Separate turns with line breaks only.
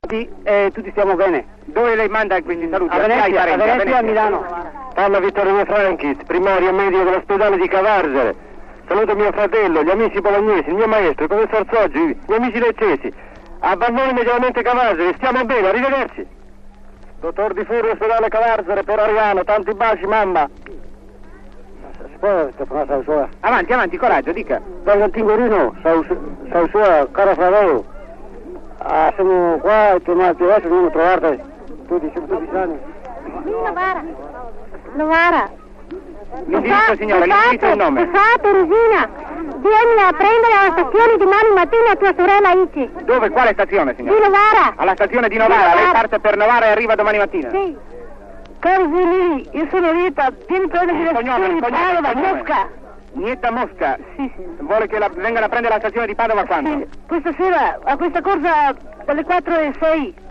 tutti
eh,
e tutti stiamo bene.
Dove lei manda questi saluti?
Mm. A
chi ha i
Venezia, a
parenti?
Venezia e a Milano.
Parla Vittorio De Franchis, primario medico dell'ospedale di Cavarzere. Saluto mio fratello, gli amici bolognesi, il mio maestro, il professor Soggi, gli amici leccesi. Abbandono immediatamente Cavarzere, stiamo bene, arrivederci. Dottor Di Furio, ospedale Cavarzere, per Ariano, tanti baci mamma. Si può telefonare a sua?
Avanti, avanti, coraggio, dica.
Dal Cantingorino, sa sua, cara fratello. Ah, siamo qua, tornati adesso, andiamo a trovarti. Tu dici, tu dici,
Novara. Novara.
L'indirizzo, signora, l'indirizzo e il nome.
Scusate, Regina. Vieni a prendere alla stazione domani mattina tua sorella Ici.
Dove? Quale stazione,
Di
signora?
Novara.
Alla stazione di Novara, lei parte per Novara e arriva domani mattina.
Sì.
Caro Zilini, io sono Rita, vieni per
Il
la
cognome,
stazione
il
di
cognome, il
Padova,
cognome.
Mosca.
Nietta Mosca.
Sì, sì.
Vuole che
Eh,
la, vengano a prendere alla stazione di Padova quando?
Sì, Questa sera, a questa corsa, dalle 4 e 6.